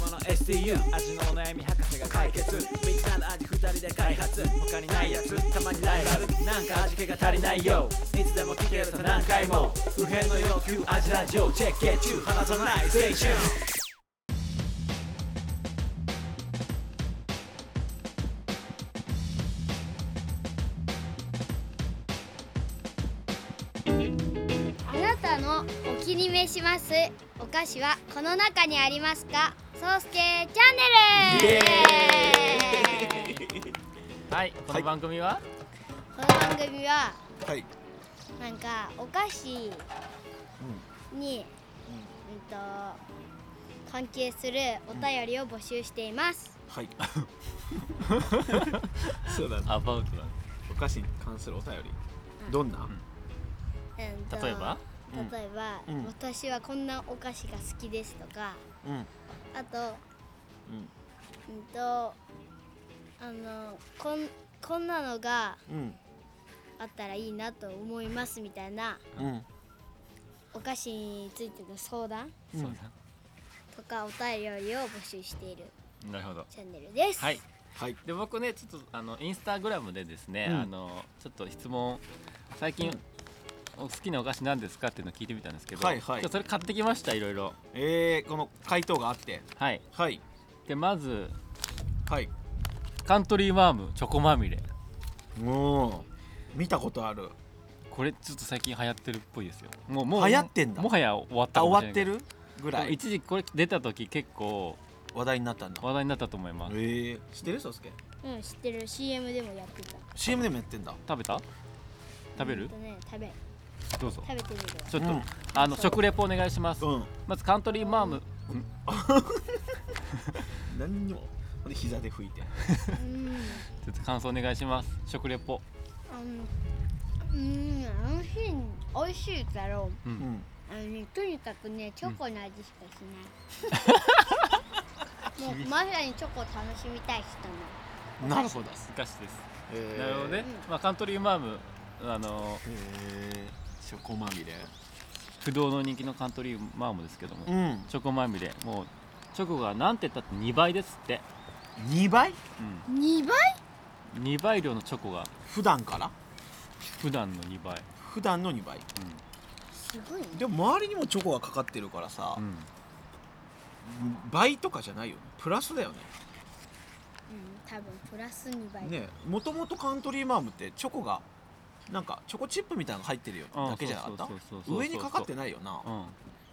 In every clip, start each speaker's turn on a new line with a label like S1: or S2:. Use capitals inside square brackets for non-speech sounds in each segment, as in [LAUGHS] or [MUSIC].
S1: もの STU
S2: 味のお悩み博士が
S1: 解
S2: 解決
S1: 決みんなの味二人で開発他にないやつたまにライバルなんか味気が足りないよいつでも聞けると何回も不変の要求味ラジオチェックゲッチュー離さないステーション
S3: あなたのお気に召しますお菓子はこの中にありますかそうすけチャンネル
S2: はいこの番組は、
S3: この番組は
S4: はい
S3: なんかお菓子に、うんと関係するお便りを募集しています、
S4: はいそうだね
S2: アバウトだ
S4: お菓子に関するお便りどんな
S3: うんと
S2: 例えばうん
S3: 例えば、
S2: うん
S3: 私はこんなお菓子が好きですとか
S2: うん
S3: あと
S4: うん
S3: うんとあのこんこんなのが
S2: うん
S3: あったらいいなと思いますみたいな
S2: うん
S3: お菓子についての相談
S2: そう
S3: とかお便りを募集している
S2: だなるほど
S3: チャンネルです。
S2: はい
S4: はい
S2: で僕ねちょっとあのインスタグラムでですね、
S4: うん
S2: あのちょっと質問最近、お好きなお菓子なんですかっていうのを聞いてみたんですけど、
S4: はいはい
S2: ちょっとそれ買ってきましたいろいろ
S4: えー、この回答があって
S2: はい
S4: はい
S2: でまず
S4: はい
S2: カントリーマームチョコまみれ
S4: もう見たことある
S2: これちょっと最近流行ってるっぽいですよもうもう
S4: 流行ってんだ
S2: もはや終わった
S4: あ
S2: かもし
S4: 終
S2: れ
S4: わっ
S2: ない
S4: てるぐらい
S2: 一時期これ出た時結構
S4: 話題になったんだ
S2: 話題になったと思います
S4: えー、知ってるそすけ
S3: うん、知ってる CM でもやってた。
S4: CM でもやってんだ
S2: 食べた食べる
S3: うんとね、食べる
S2: どうぞ
S3: 食べてみるわ。
S2: ちょっと、
S4: うん
S2: あの食レポお願いします、
S4: うん
S2: まずカントリーマーム
S4: 何にもほんで膝で拭いて
S3: うん、
S2: ちょっと感想お願いします食レポ
S3: あのうん、美味しい、美味しいだろう。
S2: う
S4: うんん
S3: あのね、とにかくね、チョコの味しかしない。もうまさにチョコを楽しみたい人
S4: なるほど
S2: お菓子です、
S4: え
S2: なるほどね、まあ、カントリーマームあの
S4: えー、チョコまみれ
S2: 不動の人気のカントリーマームですけども、
S4: うん
S2: チョコまみれもうチョコがなんて言ったって2倍ですって、
S4: 2倍
S2: う
S3: の。二倍？
S2: ん、2倍量のチョコが
S4: 普段から
S2: 普段の2倍、
S4: 普段の2倍
S3: すごいね。
S4: でも周りにもチョコがかかってるからさ、
S2: うんうん、
S4: 倍とかじゃないよねプラスだよね
S3: うん、多分プラス二倍。 [LAUGHS]
S4: ねもともとカントリーマームってチョコがなんかチョコチップみたいなの入ってるよ
S2: ああ
S4: だけじゃなかった
S2: そうそうそうそうそう
S4: 上にかかってないよな
S2: う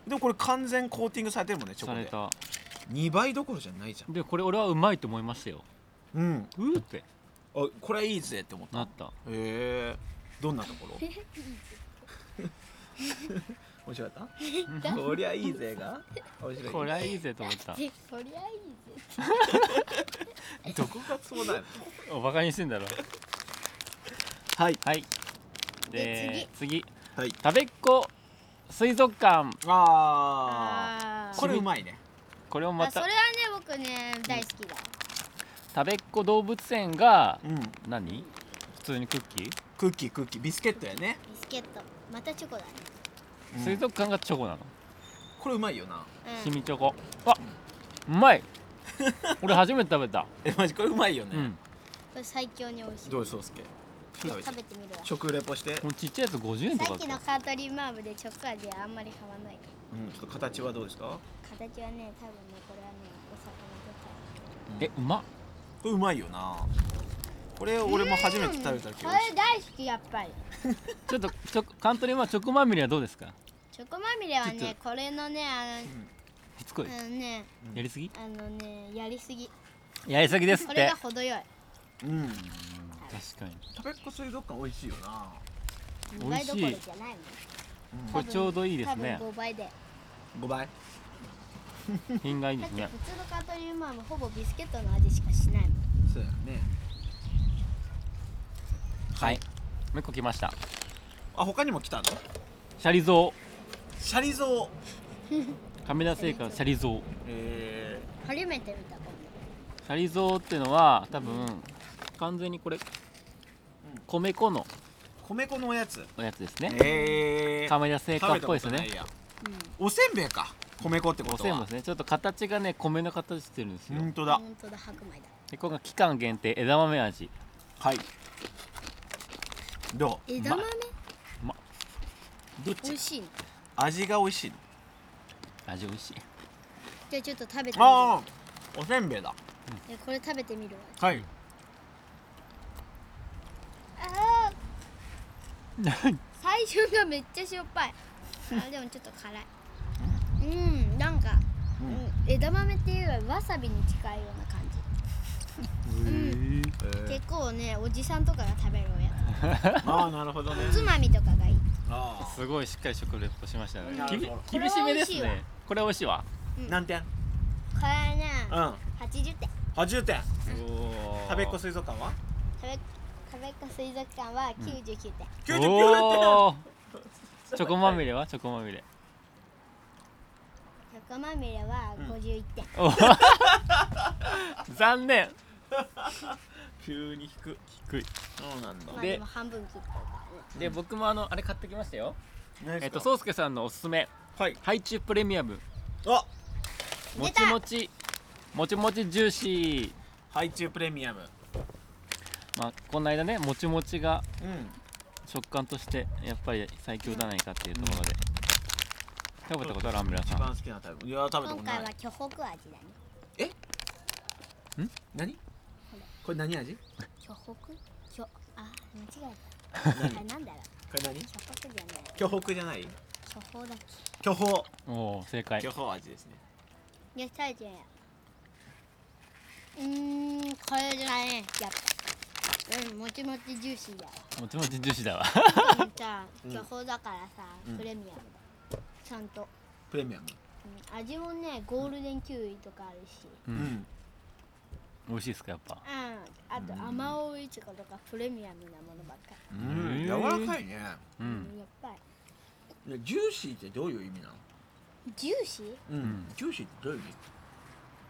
S2: ん、
S4: でもこれ完全コーティングされてるもんねチョ
S2: さ
S4: コ
S2: れ
S4: で
S2: た
S4: 2倍どころじゃないじゃ
S2: でこれ俺はうまいと思いましたよ
S4: んうん
S2: うーって
S4: あこれいいぜって思った
S2: な
S4: へ
S2: った
S4: えどんなところ面白かったこりゃいいぜが面白い
S2: これはいいぜと思った
S3: で、そりゃいいぜ。
S4: どこがそうなの
S2: おバカにしてんだろ
S4: はい
S2: はい
S3: で
S2: で次
S4: はい
S2: 食べっ子水族館
S4: あ
S3: あ
S4: あ
S3: ー
S4: これうまいね
S2: これも
S3: あ
S2: ま
S3: そ
S2: た
S3: れはね僕ね大好きだ、
S2: 食べっ子動物園が
S4: うん
S2: 何普通にクッキー、
S4: クッキークッキービスケットやね
S3: ビスケットまたチョコだね、
S4: うん
S2: 水族館がチョコなの
S4: これうまいよな
S3: う
S2: シ
S3: ん、
S2: ミチョコあうまい [LAUGHS] 俺初めて食べた、
S4: えマジこれうまいよね、
S2: うん
S3: これ最強に美味しい
S4: どうそうすけ
S3: ちょっ
S4: 食べて
S3: と食べてみるわ
S4: 食レポして、
S2: このちっちゃいやつ50円と
S3: さ
S2: か
S3: っき
S2: だ
S3: の
S2: っ
S3: カートリーマームでチョコ味はあんまり変わらないか
S4: うん、ちょっと形はどうですから
S3: 形はね多分ねこれはねお魚
S2: たえうまっ
S4: これうまいよなこれ俺も初めて食べた
S3: と
S4: け
S3: か
S4: ど、
S3: これ大好きやっぱり
S2: ちょっとちょカントリーマンチョコまみれはどうですか
S3: チョコまみれは
S2: ちょっ
S3: ねこれのねあ
S2: しつこい
S3: の、あのね
S2: やりすぎ
S3: あのねやりすぎ
S2: やりすぎですっ
S3: これ
S2: て
S3: が程よい
S4: うん
S2: 確かに
S4: 食べっ子水族館美味しいよな
S3: 2倍どころじゃないの
S2: これちょうどいいですね
S3: 多分5倍で
S4: 5倍
S2: 品がいいで
S3: だっ
S2: す
S3: て
S2: ね
S3: 普通のカートリーマームほぼビスケットの味しかしないもん
S4: そうやね
S2: はいもう一個来ました
S4: あ他にも来たの
S2: シャリゾ
S4: シャリゾ
S2: 亀田製菓シャリゾウ
S4: え
S3: 初めて見たかも
S2: シャリゾウっていうのは多分完全にこれ米粉の
S4: ー、米粉のおやつ
S2: おやつですね
S4: えー、
S2: 亀田製菓っぽいですね
S4: 食べたことないやおせんべいか米粉ってこ
S2: お
S4: と
S2: せんべい
S4: は
S2: ですねちょっと形がね米の形してるんですよ
S4: 本当
S3: うん
S4: だ
S3: 本当だ白米だ
S2: でこれが期間限定枝豆味
S4: はいどう
S3: 枝豆
S2: どっ
S3: 美
S2: ち
S3: 味しいの
S4: 味が美味しいの
S2: 味美味しい
S3: じゃあちょっと食べてみる
S4: ああおせんべいだ
S3: えこれ食べてみるわ
S4: はい
S3: あー最初がめっちゃしょっぱいあでもちょっと辛いうんなんか、うん、枝豆っていうよりわさびに近いような感じ
S4: え
S3: 結構ねおじさんとかが食べるおや
S4: ー、ああなるほどね
S3: つおつまみとかがいい
S4: あ
S2: [LAUGHS] すごいしっかり食レポしましたね
S4: なるほど
S2: きび厳しめです
S3: これは美味しいわ
S2: ねこれ美味しいわ
S4: ー何点
S3: これはね
S4: うん
S3: 80点
S4: 80点
S2: おー
S4: 食べっ子水族館は
S3: 食べ食べっ子水族館は99点、
S4: 99
S2: おーチョコまみれはチョコまみれ
S3: チョコまみれは51点、
S2: お [LAUGHS] 残念
S4: 急に低く
S2: 低い
S4: そうなんだ
S3: まあ
S2: で
S3: でも半分切ってるからね
S2: で僕もあのあれ買ってきましたよえ
S4: え
S2: っと宗介さんのおすすめ
S4: はい
S2: ハイチュウプレミアム
S4: あ
S2: もちもちもちもちジューシー
S4: ハイチュウプレミアム
S2: まあこの間ねもちもちが
S4: うん
S2: 食感としてやっぱり最強じゃないかっていうところで、食べたことあるアンブラ
S4: 一
S2: さん
S4: 番好きなタイプいやー食べたこ
S3: 今
S4: と
S3: 回
S4: な
S3: はい巨北味だね
S4: 何これ何味
S3: 巨北巨あ間違え
S4: 何
S3: たあ
S4: こ
S3: れなんだろう
S4: れ何
S3: 巨北じゃない
S4: 巨北じゃない
S3: 巨北だっ
S4: 巨峰
S2: おお正解
S4: 巨峰味ですね
S3: けいや食べてみよううーんこれじゃないねやっぱうんもちもちジューシーだわ
S2: もちもちジューシーだわ
S3: でもさ巨峰だからさ、プレミアムだちゃんと、
S4: プレミアム
S3: うん味もねゴールデンキウイとかあるし
S2: う
S4: うんん
S2: 美味しいですかやっぱ
S3: うん、あと甘おういちごとかプレミアムなものばっか
S4: うん
S2: へー
S4: 柔らかいね
S2: う
S3: り、
S2: ん
S3: やっぱ
S4: いやジューシーってどういう意味なの
S3: りジューシー
S4: うんジューシーってどういう意味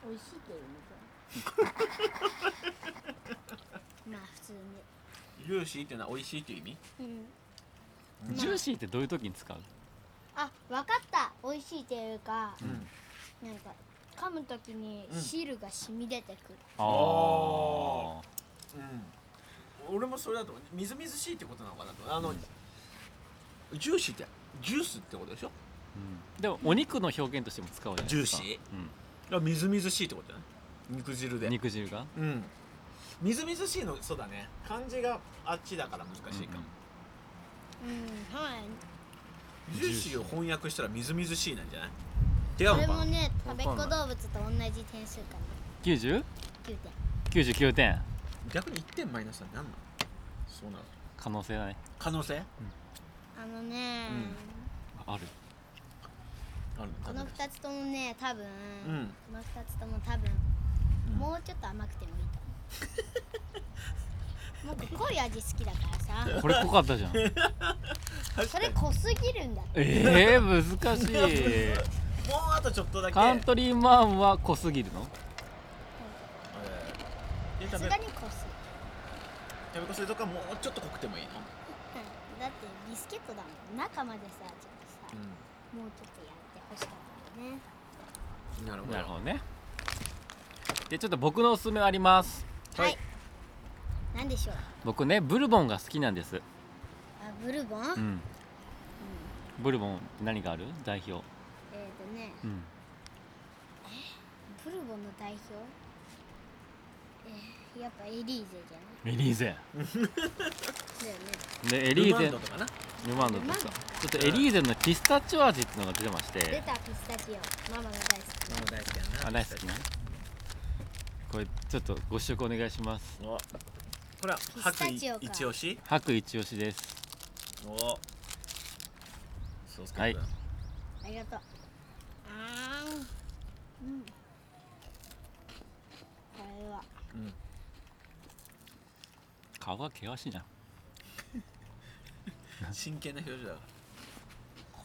S3: 美味しいけどねこれまあ普通に
S4: ジューシーってのは美味しいっていう意味
S3: うん
S2: ジューシーってどういう時に使う
S3: あわかった美味しいっていうか、
S4: ん
S3: なんか噛むときに
S4: うん
S3: 汁が染み出てくる、
S2: あ
S4: うん俺もそれだと思うみずみずしいってことなのかなとあのジューシーってジュースってことでしょ
S2: あ、うん、でもお肉の表現としても使うじゃないですか
S4: ジューシだからみずみずしいってことだね肉汁
S2: う
S4: で
S2: ん、肉汁が
S4: うんみずみずしいのそうだね漢字があっちだから難しいかも、
S3: うんはい
S4: ジューシーを翻訳したらみずみずしいなんじゃない違
S3: こ
S4: う
S3: れ
S4: のか
S3: も
S4: な、
S3: ね
S2: わか
S3: 食
S2: んな
S3: べっ
S2: い
S3: 子動物と同じ点数かな
S2: 90?
S3: 9点
S2: 99点
S4: 逆に1点マイナスは何なのそうなの
S2: 可能性だね
S4: 可能性ある
S3: あのね、
S2: ある
S4: の
S3: この2つともね多分、
S4: うん
S3: この2つとも多分、
S4: うん
S3: もうちょっと甘くてもいいと思う僕濃い味好きだからさ
S2: これ濃かったじゃん [LAUGHS]
S3: それ濃すぎるんだって
S2: えー、難しい [LAUGHS]
S4: もうあとちょっとだけ
S2: カントリーマンは濃すぎるの
S4: えー食
S3: さす
S4: べ
S3: がに濃す
S4: 食べこするとかもうちょっと濃くてもいいの
S3: ぎるうんだってビスケットだもん中までさちょっとさ、
S4: う
S3: もうちょっとやってほしかったよね
S4: んなるほど
S2: なるほどねでちょっと僕のおすすめあります
S3: はい、なんでしょう
S2: 僕ねブルボンが好きなんです
S3: あブルボン、
S2: うんブルボン何がある代表
S3: えっ、ー、とね
S2: うん
S3: ブルボンの代表えーやっぱエリーゼじゃな
S2: エリーゼ
S3: いだよね
S2: でエリー
S4: ルマ
S2: ゼ
S4: ンドとかな
S2: ルマンドとかちょっとエリーゼのピスタチオ味っていうのが出てまし
S3: 出
S2: て
S3: たピスタチオママの大好き
S4: ママ大好きやな
S2: あ大好きねこれちょっとご試食お願いします
S4: おこれは
S3: ピス
S4: 白
S3: タ
S4: 衣
S3: チオか
S4: 一押し
S2: 白一押しです
S4: おそうっすか
S2: はい
S3: ありがとう。あーん。うん。これは。
S4: うん
S2: 顔が険しいな
S4: 真剣な表情だわ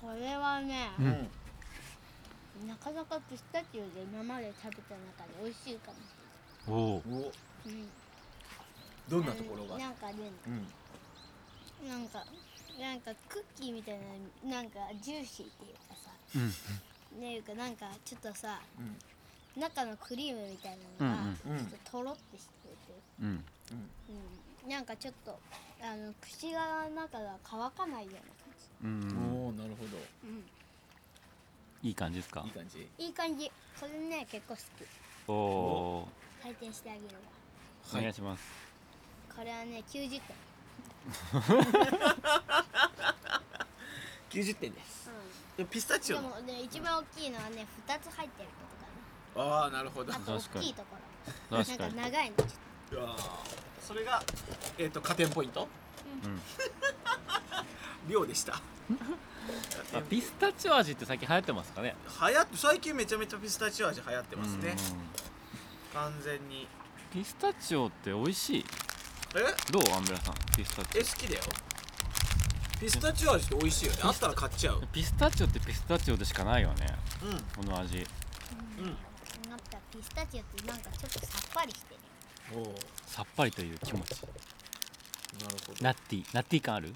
S3: これはね、
S2: うん
S4: うん
S3: なかなかピスタチオで今まで食べた中で美味しいかもし
S2: おお
S4: お
S3: れない、うん、
S4: どんなところが
S3: なんかね
S4: うん
S3: なんかなんかクッキーみたいななんかジューシーっていうかさ、ねいうかなんかちょっとさ
S4: うん
S3: 中のクリームみたいなの
S4: うんう
S3: が
S4: ん
S3: ちょっととろってしてて、
S2: うん
S3: うんなんかちょっとあの口が中が乾かないような感
S2: うん
S4: おおなるほど
S3: じ、うん
S2: いい感じですか
S4: いい感じ
S3: いい感じこれね結構好き
S2: おお
S3: 回転してあげるわ
S2: ーお願いします
S3: これはね90点
S4: 90点ですでもピスタチ
S3: で
S4: オの
S3: もね一番大きいのはね2つ入ってること
S4: ああなるほど
S3: かなあと
S2: 確か
S3: 大
S2: に
S3: きいところなん
S2: 確
S3: か
S2: かに
S3: 長いのちょっと
S4: うわーそれがえっ、と加点ポイント
S2: うん
S4: 秒でした
S2: あピスタチオ味って最近流行ってますかね
S4: 流行って最近めちゃめちゃピスタチオ味流行ってますね
S2: うんうん
S4: 完全に
S2: ピスタチオって美味しい
S4: え
S2: どうアンブラさんピスタチ
S4: え好きだよピスタチオ味って美味しいよねあったら買っちゃう
S2: オピスタチオってピスタチオでしかないよね
S4: うん
S2: この味
S3: なんかピスタチオってなんかちょっとさっぱりしてる
S4: おおなる
S2: さっぱりという気持ち
S4: ほど
S2: ナッティナッティ感ある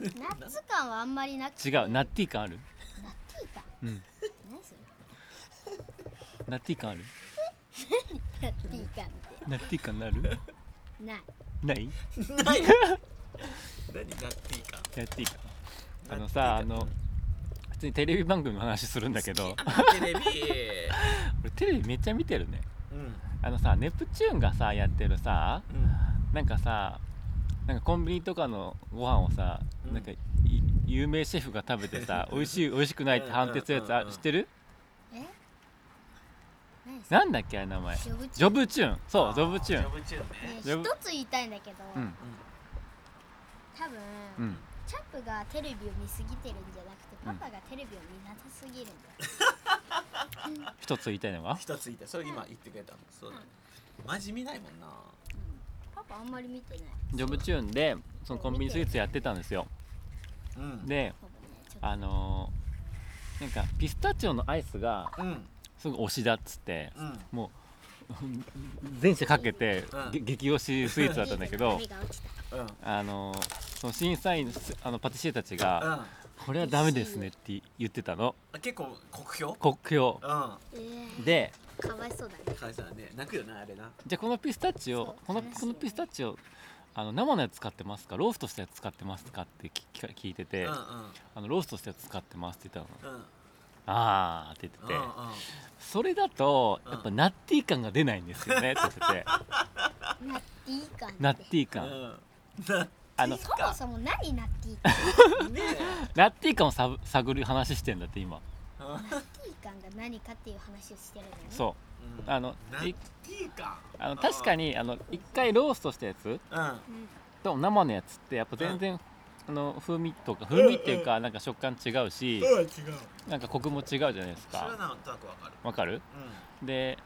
S3: ナッツ感はあんまりなくて
S2: 違うナッティ感ある
S3: ナッティー感
S2: うん
S3: 何それ
S2: ナッティ感ある
S3: ナッティー感っ
S2: ナッティ感な [LAUGHS] る
S3: てない
S4: な
S2: ない
S4: い何ナッティーか
S2: ナッティ感あの
S4: ナ
S2: さあ
S4: ッティー
S2: の普通にテレビ番組の話するんだけど
S4: かあテレビ
S2: [LAUGHS] 俺テレビめっちゃ見てるね
S4: うん
S2: あのさネプチューンがさやってるさ
S4: うん
S2: なんかさなんかコンビニとかのご飯をさ、
S4: うん
S2: なんかい有名シェフが食べ
S4: [LAUGHS]
S2: てさ美味しい美味しくないって判定するや
S4: う
S2: つ
S4: んうんうんう
S2: あ
S4: ん
S2: 知ってる
S3: え何それ
S2: なんだっけあれ名前
S3: ジョブチ
S2: ジョブチューンそうジョブチュー
S4: ジ
S2: ン
S4: ョブチューンね
S2: ジョブ
S3: ね一つ言いたいんだけど、
S2: うん
S3: 多分、
S2: うん
S3: チャップがテレビを見すぎてるんじゃなくてパパがテレビを見なさすぎるんだよ、
S2: 一つ言いたいのは
S4: 一ついたそれ今言ってくれたのそうだねマジ見ないもんな
S3: パパあんまり見てない
S2: ジョブチューンでそのコンビニスイーツやってたんですよ
S4: うん
S2: で
S3: ほぼねちょっと
S2: あのーなんかピスタチオのアイスが
S4: うん
S2: すごい推しだっつって
S4: うん
S2: もう [LAUGHS] 全社かけて
S4: うん
S2: げ激推しスイーツだったんだけど
S3: 目が落ちた
S4: うん
S2: あのーその審査員のあのパティシエたちが
S4: うん
S2: これはダメですねって言ってたの
S4: 結構酷評
S2: 国評
S4: うん
S3: えー
S2: で
S3: かわいそうだね
S4: 会社はね泣くよなあれな
S2: じゃあこのピスタチ
S3: そう
S2: オこの
S3: 悲しいよね
S2: このピスタチオあの生のやつ使ってますかローストしたやつ使ってますかって聞き聞いてて、
S4: うん
S2: あのローストしたやつ使ってますって言ったの
S4: うんうん
S2: あーって言って
S4: う
S2: て、
S4: んうん
S2: それだと
S4: うん
S2: やっぱナッティー感が出ないんですよねって
S4: [LAUGHS]
S2: 言ってて
S3: ナッティー感って
S2: ナッティー
S4: う
S2: 感、
S4: ん
S2: あの
S3: そもそも何ナッティー感
S4: ねえ
S2: ナッティー感をさぶ探る話してんだって今
S4: うん
S3: ナッティー感が何かっていう話をしてるのね
S2: そううんあの
S4: ナ
S2: い
S4: ッティーか
S2: あの確かにあの一回ローストしたやつ
S4: うん
S3: うん
S2: と生のやつってやっぱ全然、あの風味とか風味っていうかなんか食感違うし、
S4: うん違う
S2: なんかコクも違うじゃないです
S4: それは
S2: か
S4: なんとなくわかる
S2: わかる
S4: うん
S2: で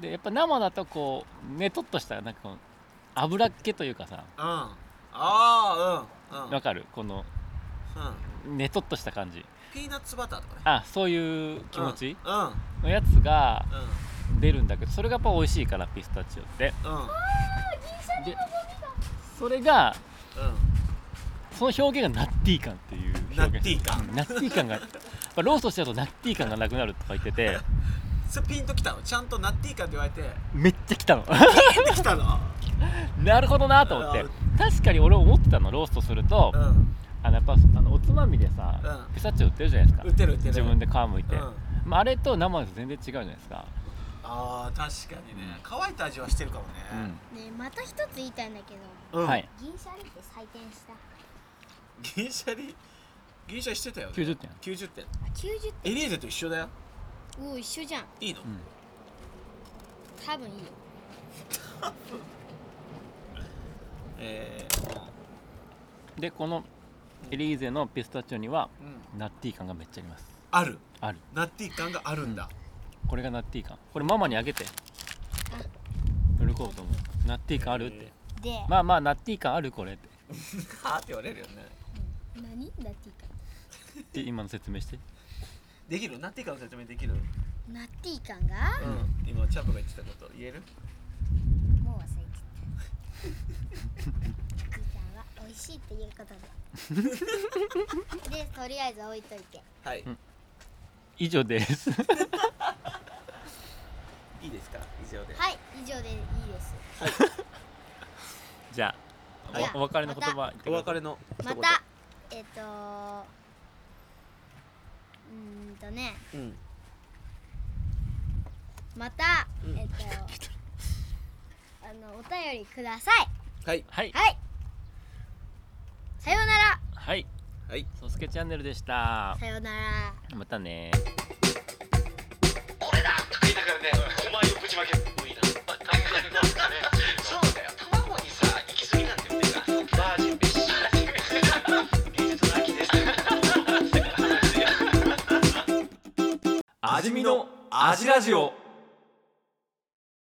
S2: でやっぱ生だとこうねとっとしたなんかこの脂っ気というかさ
S4: うんああうんうん
S2: わかるこの
S4: うん
S2: ねとっとした感じ
S4: ピーナッツバターとかね
S2: あそういう気持ち
S4: うんうん
S2: のやつが出るんだけどそれがやっぱ美味しいからピスタチオって
S4: うんうん
S2: でそれが
S4: うん
S2: その表現がナッティー感っていう表現
S4: ナッティー感
S2: うんナッティー感がやっぱローストしちゃうとナッティー感がなくなるとか言ってて
S4: それピンときたのちゃんとナッティーかって言われて
S2: [LAUGHS] めっちゃ来たの
S4: ピンときたの
S2: なるほどなと思って確かに俺思ってたのローストすると
S4: うん
S2: あのやっぱあのおつまみでさ、
S4: うん
S2: ピスタチオ売ってるじゃないですか
S4: 売ってる売ってる
S2: 自分で皮むいて、
S4: うん
S2: まあ、あれと生のやつ全然違うじゃないですか、
S4: あー確かにね乾いた味はしてるかもね
S3: ねまた一つ言いたいんだけど
S4: うん
S2: はい
S3: 銀シャリって採点したあ
S4: 銀シャリ銀シャリしてたよね
S2: 90点
S4: 90点
S3: 90
S4: エリーゼと一緒だよ
S3: 点おお一緒じゃん
S4: いいの、
S2: ん
S3: 多分いいよ
S4: えー
S2: でこのエリーゼのピスタチオには
S4: うん、
S2: ナッティー感がめっちゃあります
S4: ある
S2: ある
S4: ナッティー感があるんだ、
S2: これがナッティー感これママにあげて喜ぶと思うナッティー感あるって、
S3: で、
S2: まあまあナッティー感あるこれって
S4: はあって言われるよね
S3: 何ナッティー感
S2: で今の説明して
S4: できるナッティーカの説明できる、
S3: ナッティー感が
S4: うん、今チャップが言ってたこと言える
S3: もう忘れちゃった。福井さんは美味しいっていうこ
S2: [LAUGHS]
S3: とで。で、とりあえず置いといて。
S4: はい、
S2: 以上です。
S4: いいですか以上で
S3: はい、以上でいいです。
S2: じゃ
S3: じゃ
S2: あ
S3: あ
S2: おお別れの言葉言って
S4: お
S2: くださ
S4: 別
S2: い
S4: れの一
S3: ま
S4: 言
S3: た、えっ、とうーんとね、
S4: うん
S3: また、
S4: うん [LAUGHS]
S3: えっ、とあの、お便りください。
S4: はい
S2: はい
S3: はい。さようなら。
S2: はい。
S4: はい
S2: ソスケチャンネルでした。
S3: さようなら。
S2: またね
S5: 味見の味ラジオ